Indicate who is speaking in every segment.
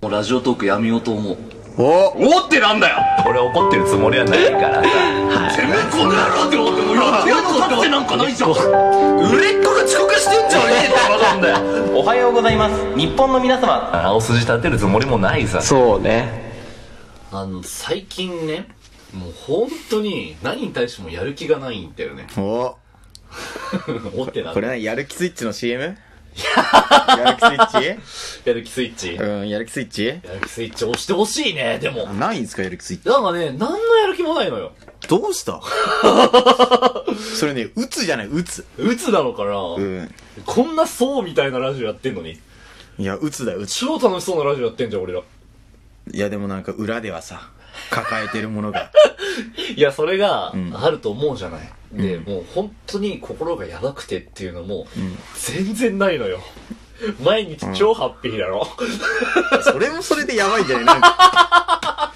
Speaker 1: もうラジオトークやめようと思う
Speaker 2: お
Speaker 1: おってなんだよ
Speaker 3: 俺怒ってるつもりはないから
Speaker 1: てめえこの野郎って思ってもうやってやの立ってなんかないじゃん売れっ子が遅刻してんじゃねえって話なんだよ
Speaker 4: おはようございます日本の皆様
Speaker 3: 青筋立てるつもりもないさ
Speaker 2: そうね
Speaker 5: あの、最近ね、もう本当に何に対してもやる気がないんだよね。
Speaker 2: お
Speaker 5: 思ってな
Speaker 2: これはやる気スイッチの CM? やる気スイッ
Speaker 5: やる気スイッチ。
Speaker 2: チうんやる気スイッチ
Speaker 5: やる気スイッチ押してほしいね、でも。
Speaker 2: ないんすかやる気スイッチ
Speaker 5: なんかね、何のやる気もないのよ。
Speaker 2: どうした それね打つじゃない打つ
Speaker 5: 鬱つなのかな、
Speaker 2: うん
Speaker 5: こんなそうみたいなラジオやってんのに。
Speaker 2: いや打つだよ打つ
Speaker 5: 超楽しそうなラジオやってんじゃん、俺ら。
Speaker 2: いやでもなんか裏では さ抱えてるものが
Speaker 5: いや、それが
Speaker 2: ん
Speaker 5: あると思うじゃない。で、もう本当に心がやばくてっていうのも、全然ないのよ。毎日超ハッピーだろ。
Speaker 2: それもそれでやばいんじゃ ないなんか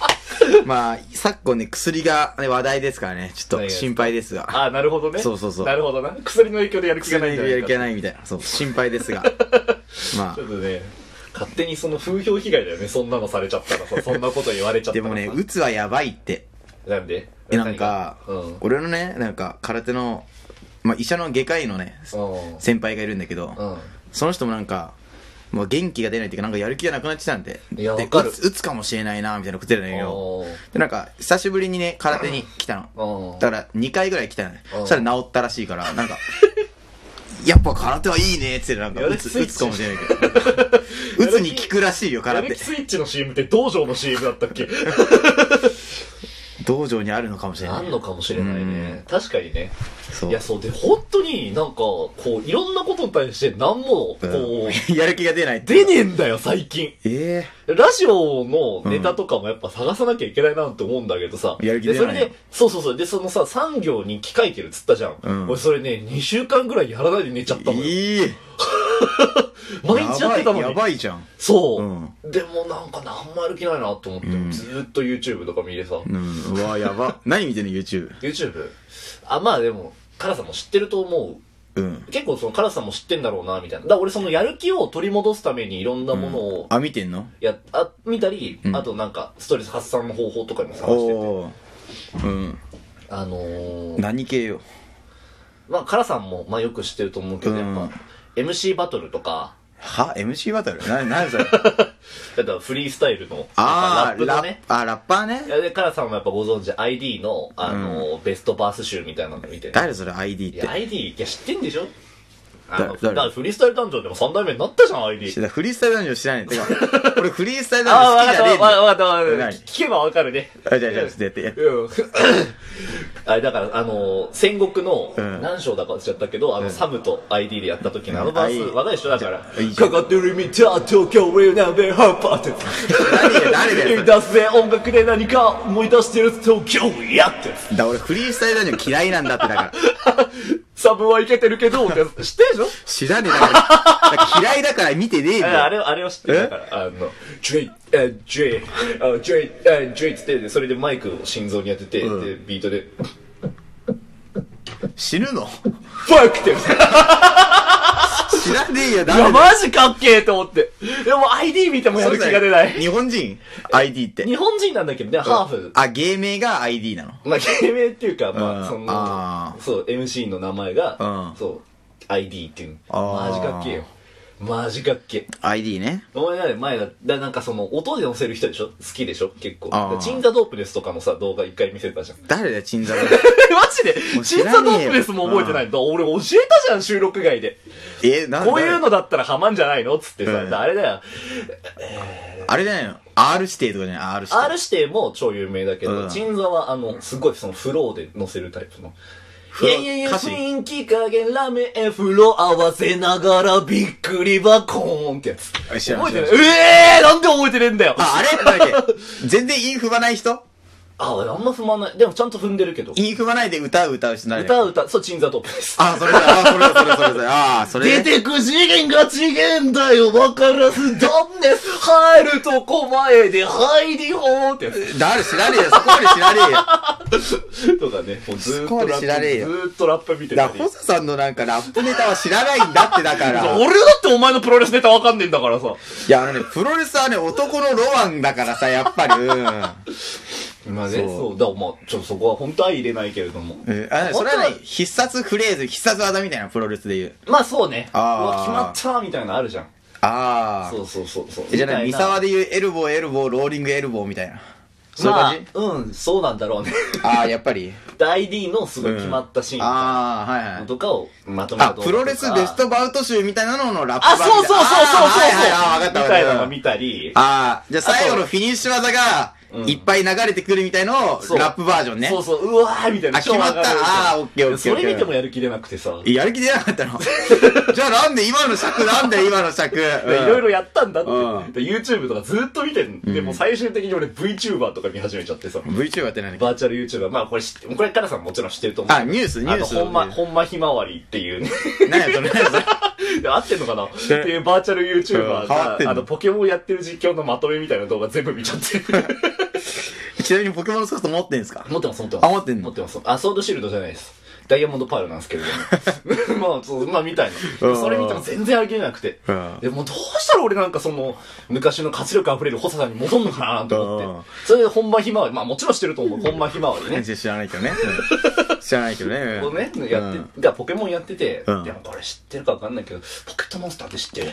Speaker 2: まあ昨今ね薬が、ね、話題ですからねちょっと心配ですが
Speaker 5: ああ、なるほどね。
Speaker 2: そうそうそう
Speaker 5: なるほどな。薬の影響でやる気がないんじゃない
Speaker 2: や
Speaker 5: か
Speaker 2: る気がないみたいな。そう、心配です が。ま
Speaker 5: ちょっとね、勝手にその風評被害だよね、そんなのされちゃったらさ、そんなこと言われちゃ
Speaker 2: あ、
Speaker 5: った
Speaker 2: で
Speaker 5: らさ。
Speaker 2: もね、うつはやばいって。
Speaker 5: なんで
Speaker 2: え、なんか
Speaker 5: 何が、
Speaker 2: 俺のね、なんか、空手の、まあ、医者の外科医のね、
Speaker 5: うん。うん。
Speaker 2: 先輩がいるんだけど、その人もなんか、もう元気が出ないっていうか、なんかやる気がなくなってきたんで。
Speaker 5: いや
Speaker 2: で
Speaker 5: わかる
Speaker 2: うつうつかもしれないな、みたいなこと言ってたんだけど。
Speaker 5: うん。
Speaker 2: で、なんか、久しぶりにね、空手に来たの。
Speaker 5: うん。
Speaker 2: だから2回ぐらい来たよね
Speaker 5: うん
Speaker 2: そしたら治ったらしいからなんかやっぱ空手はいいねっつってなんか
Speaker 5: や
Speaker 2: 打
Speaker 5: る
Speaker 2: つ
Speaker 5: 気スイッ
Speaker 2: 打
Speaker 5: チ
Speaker 2: つかもしれないけど打つに効くらしいよ
Speaker 5: や
Speaker 2: 空
Speaker 5: る
Speaker 2: 手
Speaker 5: 気スイッチの CM って道場の CM だったっ け
Speaker 2: 道場にあるのかもしれ
Speaker 5: あ
Speaker 2: ない
Speaker 5: んのかもしれないね。確かにね。
Speaker 2: そう
Speaker 5: いや、そうで、本当になんか、こう、いろんなことに対して何も、こう、
Speaker 2: うん やる気が出ないって
Speaker 5: 出ねえんだよ、最近。
Speaker 2: え
Speaker 5: ラジオのネタとかもやっぱ探さなきゃいけないなって思うんだけどさ。
Speaker 2: やる気
Speaker 5: で、
Speaker 2: 出
Speaker 5: そ
Speaker 2: な
Speaker 5: れ
Speaker 2: い
Speaker 5: で、そうそうそう。で、そのさ、産業に機械てるっつったじゃん。
Speaker 2: うん
Speaker 5: 俺それね、2週間ぐらいやらないで寝ちゃっ
Speaker 2: え
Speaker 5: たのよ。
Speaker 2: いい
Speaker 5: 毎日やってたのに。
Speaker 2: やばいじゃん
Speaker 5: そう、
Speaker 2: う
Speaker 5: でもなんか何もやる気ないなと思って、ずーっと YouTube とか見てさ。
Speaker 2: うんうわや ば何見てんの YouTube
Speaker 5: YouTube? あ、まあでも、カラさんも知ってると思う。
Speaker 2: うん
Speaker 5: 結構そのカラさんも知ってんだろうな、みたいな。だから俺そのやる気を取り戻すためにいろんなものを、
Speaker 2: あ見てんの
Speaker 5: やっ、あ、見たり、
Speaker 2: うん
Speaker 5: あとなんか、ストレス発散の方法とかも探してて。
Speaker 2: おおうん
Speaker 5: あのー、
Speaker 2: 何系よ
Speaker 5: まあ、カラさんも、まあ、よく知ってると思うけど、やっ
Speaker 2: うん
Speaker 5: ぱ、MC バトルとか、
Speaker 2: は MC バトルな 何それ
Speaker 5: だからフリースタイルの、な
Speaker 2: あ
Speaker 5: ん
Speaker 2: ー
Speaker 5: かラップの
Speaker 2: ラ
Speaker 5: ね
Speaker 2: ッ、あラッパーね
Speaker 5: いやで、カラさんもやっぱご存知、ID の、あのーベストバース集みたいなの見て、
Speaker 2: 誰それ ID っ
Speaker 5: い
Speaker 2: て
Speaker 5: や、ID、いや、知ってんでしょあの、
Speaker 2: 誰
Speaker 5: だからフリースタイルダンジョンでも3代目になったじゃん、ID
Speaker 2: 知。らフリースタイルダンジョン知らない。て か、俺フリースタイル
Speaker 5: あ
Speaker 2: ダ
Speaker 5: あ、
Speaker 2: ン
Speaker 5: わかっ
Speaker 2: ジョン好きじゃ
Speaker 5: た、
Speaker 2: ねえ
Speaker 5: わ
Speaker 2: んだよ。
Speaker 5: かった、わかった。
Speaker 2: 何
Speaker 5: 聞けばわかるね。
Speaker 2: あ、じゃあじゃあ、ちょっとやってやって。
Speaker 5: うん。あれ、だから、あのー、戦国の
Speaker 2: うん、
Speaker 5: 何章だか忘れちゃったけど、あの、サムと ID でやった時のあのバース、
Speaker 2: うん
Speaker 5: 話題一緒だから
Speaker 2: あいい、じゃ
Speaker 5: か
Speaker 2: ん
Speaker 5: かってるみた東京ウェイナーベハーパーって。
Speaker 2: 誰だよ誰だよそれ
Speaker 5: 出すぜ、音楽で何か思い出してる東京やって。
Speaker 2: だから俺フリースタイルダンジョン嫌いなんだって、だから。
Speaker 5: サブはいけてるけ ど、って知ってるでしょ
Speaker 2: 知らねえだから。だから嫌いだから見てねえん
Speaker 5: え
Speaker 2: だ
Speaker 5: あ
Speaker 2: よ。
Speaker 5: れを、あれを知ってるから、あの、ジュイ、え、ジュイ、あジュイ、え、ジュイっつって、でそれでマイクを心臓に当てて、
Speaker 2: うん
Speaker 5: で、ビートで、
Speaker 2: 死ぬの
Speaker 5: ファクって、い
Speaker 2: 知らねえよ、
Speaker 5: や、
Speaker 2: 誰だよ。
Speaker 5: マジかっけえと思って。でも ID 見てもやる気が出ない。
Speaker 2: 日本人 ?ID って。
Speaker 5: 日本人なんだけどね、ハーフ。
Speaker 2: あ、芸名が ID なの。
Speaker 5: まあ、芸名っていうか、
Speaker 2: う
Speaker 5: ま
Speaker 2: ん
Speaker 5: あ、そ
Speaker 2: あ
Speaker 5: の、そう、MC の名前が
Speaker 2: うん、
Speaker 5: そう、ID っていうの。
Speaker 2: あー
Speaker 5: マジかっけえよ。マジかっけえ。
Speaker 2: ID ね。
Speaker 5: お前だね、前だ、だなんかその、音で載せる人でしょ好きでしょ結構。だ
Speaker 2: あー
Speaker 5: からチンザドープレスとかのさ、動画一回見せた じゃん。
Speaker 2: 誰だよ、鎮 座の。
Speaker 5: え、マジ
Speaker 2: も
Speaker 5: で
Speaker 2: う
Speaker 5: 審
Speaker 2: 知
Speaker 5: 査
Speaker 2: ら
Speaker 5: ト
Speaker 2: ねえよ
Speaker 5: ップレスも覚えてないのだ俺教えたじゃん、収録外で。
Speaker 2: え、なんだ
Speaker 5: こういうのだったらハマんじゃないのつってさ、
Speaker 2: うん
Speaker 5: あれだよ。
Speaker 2: あれじゃないの ?R 指定とかじゃない ?R 指定。
Speaker 5: R 指定も超有名だけ
Speaker 2: う
Speaker 5: ど、
Speaker 2: ん
Speaker 5: 鎮、座はあの、すごいそのフローで乗せるタイプの。い
Speaker 2: ロー
Speaker 5: やいやいや、
Speaker 2: 歌詞
Speaker 5: 雰囲気加減ラメンフロー合わせながらびっくりはコーンってやつ。
Speaker 2: あ知らん
Speaker 5: 覚えてない。
Speaker 2: 知ら
Speaker 5: ええー、なんで覚えてねえんだよ
Speaker 2: あ、あれなんだっけ全然韻踏まない人
Speaker 5: あ、俺あんま踏まない。でもちゃんと踏んでるけど。
Speaker 2: インフマないで歌う歌う人誰
Speaker 5: 歌う歌、そう、鎮座トップです。
Speaker 2: あ、それだ、あ、それだ、それだ、それだ、あ、それ
Speaker 1: 出
Speaker 2: ね
Speaker 1: てく次元が次元だよ、わからず、だね、入るとこ前で入りほーってやつ。
Speaker 2: 誰知らねえよ、そこまで知らねえよ。
Speaker 5: とかね、もうずーっ
Speaker 2: そ
Speaker 5: と
Speaker 2: こま
Speaker 5: ラ
Speaker 2: で知らねえ
Speaker 5: ッ
Speaker 2: よ
Speaker 5: プ、ずーっとラップ見て
Speaker 2: だ
Speaker 5: た
Speaker 2: から、
Speaker 5: り
Speaker 2: ホ。サさんのなんかラップネタは知らないんだって、だから。
Speaker 1: 俺
Speaker 2: い
Speaker 1: だってお前のプロレスネタわかんねえんだからさ。
Speaker 2: や、あのね、プロレスはね、男のロマンだからさ、やっぱり、うん。
Speaker 5: まあね、
Speaker 2: そう
Speaker 5: そう。だからまあ、ちょっとそこは本当は入れないけれども。
Speaker 2: うんあそれはね、必殺フレーズ、必殺技みたいな、プロレスで言う。
Speaker 5: まあそうね。う
Speaker 2: あー
Speaker 5: わ決まったみたいなのあるじゃん。
Speaker 2: あ
Speaker 5: そうそうそうそう。
Speaker 2: あ。じゃあない、
Speaker 5: み
Speaker 2: 三
Speaker 5: たいな
Speaker 2: 沢で言うエルボー、エルボー、ローリングエルボーみたいな。そういう
Speaker 5: まあ
Speaker 2: 感じ、
Speaker 5: うん、そうなんだろうね。
Speaker 2: ああ、やっぱり。
Speaker 5: 大 D のすごい決まったシーンみたいな
Speaker 2: ああ、はいはい。
Speaker 5: とかをまとめた
Speaker 2: あ、
Speaker 5: 動画とか
Speaker 2: プロレスベストバウト集みたいなののラップ
Speaker 5: あ、そうそうそうそうそう
Speaker 2: あ
Speaker 5: そ
Speaker 2: あ、
Speaker 5: う
Speaker 2: わかっ
Speaker 5: み
Speaker 2: たわ
Speaker 5: たいな
Speaker 2: か
Speaker 5: の
Speaker 2: った。
Speaker 5: 見たり。
Speaker 2: ああ、じゃあ最後のフィニッシュ技が
Speaker 5: うん
Speaker 2: いっぱい流れてくるみたいのを
Speaker 5: そう
Speaker 2: ラップバージョンね
Speaker 5: そ。うそう、うわーみたいな。
Speaker 2: あ決まっ
Speaker 5: 超
Speaker 2: た
Speaker 5: 上がる
Speaker 2: あーオッケーオッケーオッケー
Speaker 5: それ見てもやる気出なくてさ。い
Speaker 2: やる気出なかっ たのじゃあなんで今の尺なんで今の尺
Speaker 5: ろいろ
Speaker 2: や
Speaker 5: やったんだって。
Speaker 2: うん
Speaker 5: で YouTube とかずっと見てん。でも最終的に俺 VTuber とか見始めちゃってさ。
Speaker 2: VTuber って何
Speaker 5: バーチャル YouTuber。まあこれ知って、これからさんもちろん知ってると思う。
Speaker 2: あニュースニュース
Speaker 5: あの、ほんま、ほんまひまわりっていうね。
Speaker 2: 何やそれ何やそれ
Speaker 5: で合ってんのかなっていうバーチャル
Speaker 2: う
Speaker 5: YouTuber
Speaker 2: ん変わってん
Speaker 5: が、
Speaker 2: の
Speaker 5: あの、ポケモンやってる実況のまとめみたいな動画全部見ちゃって。
Speaker 2: ちなみにポケモンのソフト持ってんですか
Speaker 5: 持ってます、持ってます。
Speaker 2: あ持ってんの
Speaker 5: 持ってます。あ、ソードシールドじゃないです。ダイヤモンドパールなんですけ れども。まあ、そう、まあ、みたいな。
Speaker 2: うん
Speaker 5: それ見ても全然ありきれなくて
Speaker 2: うん。
Speaker 5: でも、どうしたら俺なんかその、昔の活力あふれる細さに戻んのかなと思
Speaker 2: う
Speaker 5: っ
Speaker 2: ん
Speaker 5: て。それで、本場ひまわり。まあ、もちろんしてると思う。本場ひまわりね。
Speaker 2: 知らないけどねうん知らないけどね
Speaker 5: こうね、
Speaker 2: うん
Speaker 5: やって、がポケモンやってて、で
Speaker 2: うん
Speaker 5: もこれ知ってるかわかんないけど、ポケットモンスターって知ってる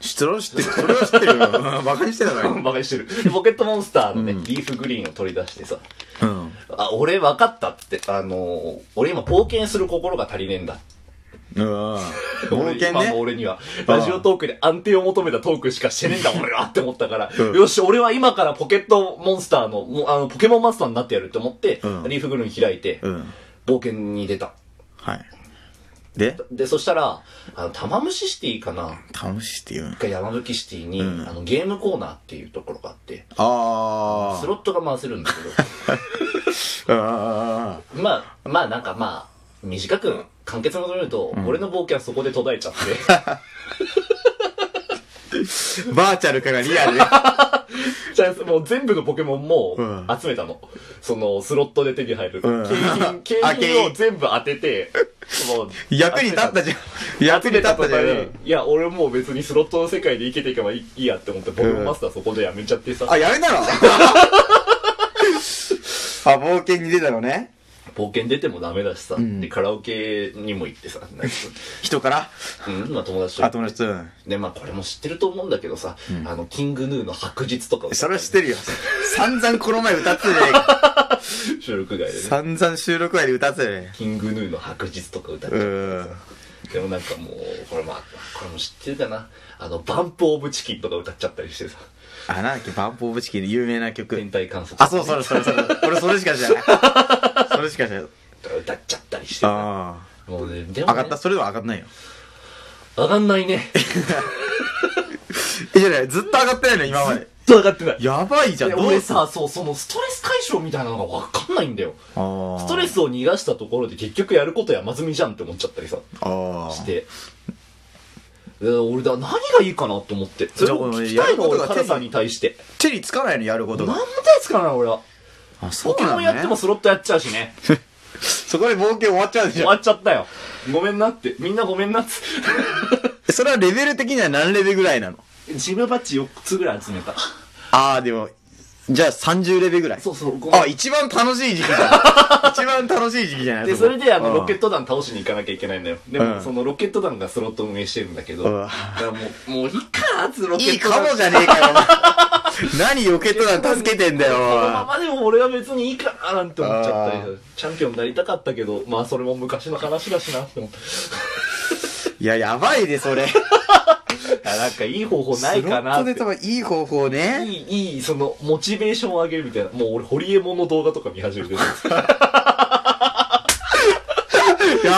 Speaker 2: 知ってる知ってるそれは知ってるよバカにしてたから
Speaker 5: バカにしてる。でポケットモンスターのね、リーフグリーンを取り出してさ、
Speaker 2: うん
Speaker 5: あ、俺分かったっつって、あのー俺今冒険する心が足りねえんだ。
Speaker 2: うん冒険
Speaker 5: 俺今の
Speaker 2: ね
Speaker 5: 俺には、ラジオトークで安定を求めたトークしかしてねえんだ、俺はって思ったから、
Speaker 2: うん
Speaker 5: よし、俺は今からポケットモンスターの、もうあの、ポケモンマスターになってやるって思って、
Speaker 2: うん
Speaker 5: リーフグリーン開いて、
Speaker 2: うん
Speaker 5: 冒険に出た。
Speaker 2: はいで
Speaker 5: で、そしたら、あの、玉虫シティかな
Speaker 2: 楽しいって言うの
Speaker 5: 一回山吹シティに、
Speaker 2: ん
Speaker 5: あの、ゲームコーナーっていうところがあって、
Speaker 2: あ
Speaker 5: スロットが回せるんだけど、
Speaker 2: ーあ
Speaker 5: まあ、まあなんかまあ、短く簡潔にまとめると、俺の冒険はそこで途絶えちゃって。
Speaker 2: ーバーチャルからリア ル
Speaker 5: じゃあ、もう全部のポケモンも
Speaker 2: うん
Speaker 5: 集めたの。その、スロットで手に入る。
Speaker 2: うん
Speaker 5: 景品、景
Speaker 2: あ景
Speaker 5: 品を
Speaker 2: 品
Speaker 5: 全部当てて、もう
Speaker 2: 役に立ったじゃん役に立ったじゃ
Speaker 5: 集め
Speaker 2: ん
Speaker 5: 途端にいや、俺もう別にスロットの世界で生きていけばいいやって思って、ポケモンマスターそこでやめちゃってさ、
Speaker 2: あ、やめ たのあ、冒険に出たのね。
Speaker 5: 冒険出てもダメだしさ、
Speaker 2: ん
Speaker 5: で、カラオケにも行って さ、なんか
Speaker 2: 人から
Speaker 5: うん、まあ友達と行
Speaker 2: あ、
Speaker 5: って。
Speaker 2: 友達と。うん
Speaker 5: で、まあこれも知ってると思うんだけどさ、あの、キングヌーの白日とかを
Speaker 2: それは知ってるよ。散々この前歌って たじゃねえか。
Speaker 5: 収録外でね。
Speaker 2: 散々収録外で歌ってたじゃね
Speaker 5: キングヌーの白日とか歌っ
Speaker 2: え
Speaker 5: てたで
Speaker 2: か。うん。
Speaker 5: もなんかもうこれまあこれも知ってるかなあのバンプ・オブ・チキンとか歌っちゃったりしてさ
Speaker 2: あ、なんだっけ、バンプオブチキンの有名な曲
Speaker 5: 天。体観測
Speaker 2: あ、そう、それ、それ、それ。 俺、それしか知らない。それしか知らない。
Speaker 5: とか歌っちゃったりしてさ
Speaker 2: ああ。
Speaker 5: もうねでも、ね、
Speaker 2: 上がったそれでは上がんないよ。
Speaker 5: 上がんないね
Speaker 2: え、じゃない、ずっと上がってないの、今まで。
Speaker 5: ずっと上がってない
Speaker 2: やばいじゃん、
Speaker 5: で
Speaker 2: どう
Speaker 5: 俺さそうそのストレス解消みたいなのがわかんないんだよ
Speaker 2: ああ。
Speaker 5: ストレスを逃がしたところで結局やること山積みじゃんって思っちゃったりさ
Speaker 2: あ
Speaker 5: し
Speaker 2: あ。
Speaker 5: てで俺だ何がいいかなと思ってそれを聞きたいの
Speaker 2: じゃあもうやること
Speaker 5: 俺
Speaker 2: が
Speaker 5: カラさんに対して
Speaker 2: 手につかないの、やること
Speaker 5: 何
Speaker 2: が
Speaker 5: も。手つかない俺は
Speaker 2: あ、そ
Speaker 5: ポケモンやってもスロットやっちゃうしね
Speaker 2: そこで冒険終わっちゃうでし
Speaker 5: 終
Speaker 2: ょ
Speaker 5: わ。っちゃったよ。 ごめんなって。みんなごめんなっつ。
Speaker 2: それはレベル的には何レベルぐらいなの
Speaker 5: ジムバッジ4つぐらい集めた。
Speaker 2: ああ、でも、じゃあ30レベルぐらい。
Speaker 5: そうそう、ごめん
Speaker 2: あ、一番楽しい時期じゃん。一番楽しい時期じゃない
Speaker 5: で、それであの、ロケッ
Speaker 2: ト。
Speaker 5: ト弾倒しに行かなきゃいけないんだよ。で
Speaker 2: う
Speaker 5: も、
Speaker 2: ん
Speaker 5: そのロケット弾がスロット運営してるんだけど。
Speaker 2: うん
Speaker 5: だからもう、もういいかーっつロケ
Speaker 2: いい
Speaker 5: ット
Speaker 2: か
Speaker 5: 弾。
Speaker 2: もじゃねえかよ、お 前何ロケット団助けてんだよ、
Speaker 5: このま
Speaker 2: お
Speaker 5: までも俺は別にいいかななんて思っちゃったり
Speaker 2: あー
Speaker 5: チャンピオンになりたかったけど、まあそれも昔の話だしなって思って。
Speaker 2: い。いや、やばいで、それ。
Speaker 5: あなんかいい方法ないかな
Speaker 2: スロット
Speaker 5: っ
Speaker 2: で
Speaker 5: て
Speaker 2: 多。分いい方法ね。
Speaker 5: いい、いい、その、モチベーションを上げるみたいな。もう俺、ホリエモンの動画とか見始めてる。
Speaker 2: や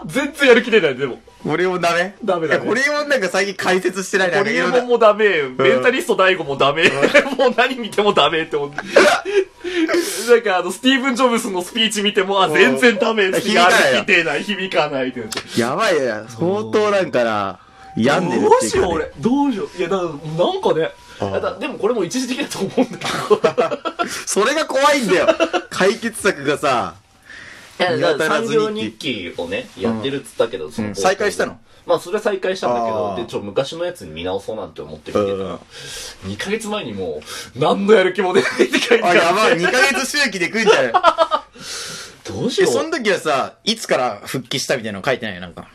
Speaker 2: ば
Speaker 5: 全然やる気出ない、でも。
Speaker 2: 俺もダメ
Speaker 5: ダメだね
Speaker 2: いや俺もなんか最近解説してないな
Speaker 5: ホ
Speaker 2: んかい
Speaker 5: リエ
Speaker 2: ろん
Speaker 5: モン
Speaker 2: な。
Speaker 5: もダメ、メンタリスト大悟もダメ、もう何見てもダメって思 って。なんかあの、スティーブン・ジョブスのスピーチ見ても、あ、全然ダメ、
Speaker 2: ん
Speaker 5: 気が
Speaker 2: 響かない
Speaker 5: 出ない、響かないってなって。
Speaker 2: やばいや、相当なんかな、病んでる
Speaker 5: ど
Speaker 2: っ
Speaker 5: う
Speaker 2: ていう
Speaker 5: し
Speaker 2: か、ね。
Speaker 5: よう俺。どうしよう。いや、だからなんかね。
Speaker 2: ああ
Speaker 5: だからでもこれも一時的だと思うんだ け
Speaker 2: それが怖いんだ よ。解決策がさ、
Speaker 5: どいや。だから産
Speaker 2: 見当たら
Speaker 5: 業
Speaker 2: ず日
Speaker 5: 日記をね、やってるっつったけど、その
Speaker 2: うん再開したの
Speaker 5: まあ、それは再開したんだけ
Speaker 2: あ
Speaker 5: ど
Speaker 2: あ、
Speaker 5: で、ちょ、昔のやつに見直そうなんて思ってきてた
Speaker 2: うん
Speaker 5: ら、2ヶ月前にもう、何のやる気も出ないって書いてあ
Speaker 2: あ、
Speaker 5: って
Speaker 2: やばい、2ヶ月周期で来るんじゃない
Speaker 5: どうし
Speaker 2: え、
Speaker 5: よ
Speaker 2: その時はさ、いつから復帰したみたいなの書いてないよ、なんか。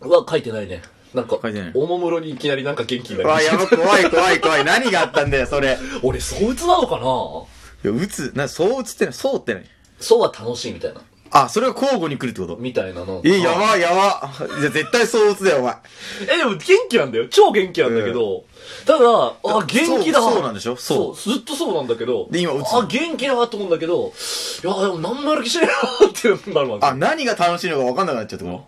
Speaker 5: う。は書いてないね。なんか、
Speaker 2: 書いてない
Speaker 5: おもむろにいきなりなんか元気にな
Speaker 2: う
Speaker 5: りま
Speaker 2: わ、
Speaker 5: し
Speaker 2: やば、怖い、怖い、怖い。何があったんだよ、それ。
Speaker 5: た。俺、そううつなのかな
Speaker 2: うつ、な、そううつってない、そうってない。
Speaker 5: そうは楽しいみたいな。
Speaker 2: あ、それが交互に来るってこと
Speaker 5: みたいなの。
Speaker 2: え、やばい、やば。じゃ、絶対そううつだよ、お前。
Speaker 5: え、でも元気なんだよ。超元気なんだけど。ただ、あ、元気だ。
Speaker 2: そうそうなんでしょそう
Speaker 5: ずっとそうなんだけど。
Speaker 2: で今打つ
Speaker 5: あ、元気だと思うんだけど、いや、でも何もやる気しねえなってなるわけ。
Speaker 2: あ、何が楽しいのか分かんなくなっちゃったの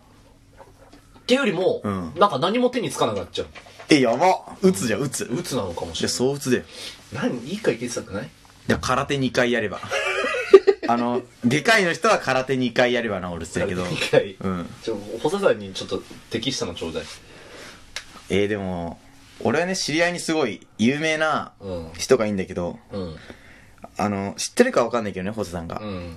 Speaker 5: っていうよりも、
Speaker 2: うん
Speaker 5: なんか何も手につかなくなっちゃう。
Speaker 2: え、やば。うつじゃん、うつ。
Speaker 5: 鬱なのかもし
Speaker 2: じ
Speaker 5: れ
Speaker 2: ゃ、
Speaker 5: ない。
Speaker 2: そううつだよ。
Speaker 5: 何いい解決策ない
Speaker 2: じゃ、空手2回やれ ば。あの、でかいの人は空手2回やれば治るって言 ってたけど。
Speaker 5: 一回。
Speaker 2: うん。
Speaker 5: ちょ、細田さんにちょっと適したのちょうだい。
Speaker 2: えー、でも、俺はね、知り合いにすごい有名な
Speaker 5: うん。
Speaker 2: 人がいいんだけど、
Speaker 5: うん。
Speaker 2: あの、知ってるかわかんないけどね、ホセさんが。
Speaker 5: うん。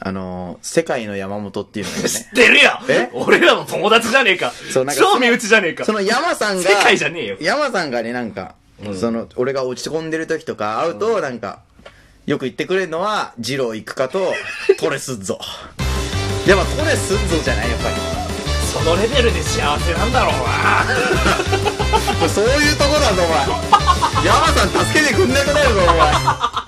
Speaker 2: あの、世界の山本っていうのがいる
Speaker 5: 知
Speaker 2: ね
Speaker 5: っ。てるやん
Speaker 2: え
Speaker 5: 俺らの友達じゃねえか
Speaker 2: そうなんか
Speaker 5: 超身内じゃねえか
Speaker 2: その山さんが、
Speaker 5: 世界じゃねえよ
Speaker 2: 山さんがね、なんか、その、俺が落ち込んでる時とか会うと、なんか、よく言ってくれるのは、二郎行くか と、トレスッゾ。やっぱトレスッゾじゃないやっぱり。
Speaker 5: そのレベルで幸せなんだろうな
Speaker 2: もうそういうとこだぞ、お前。山さん助けてくんなくなるぞ、お前。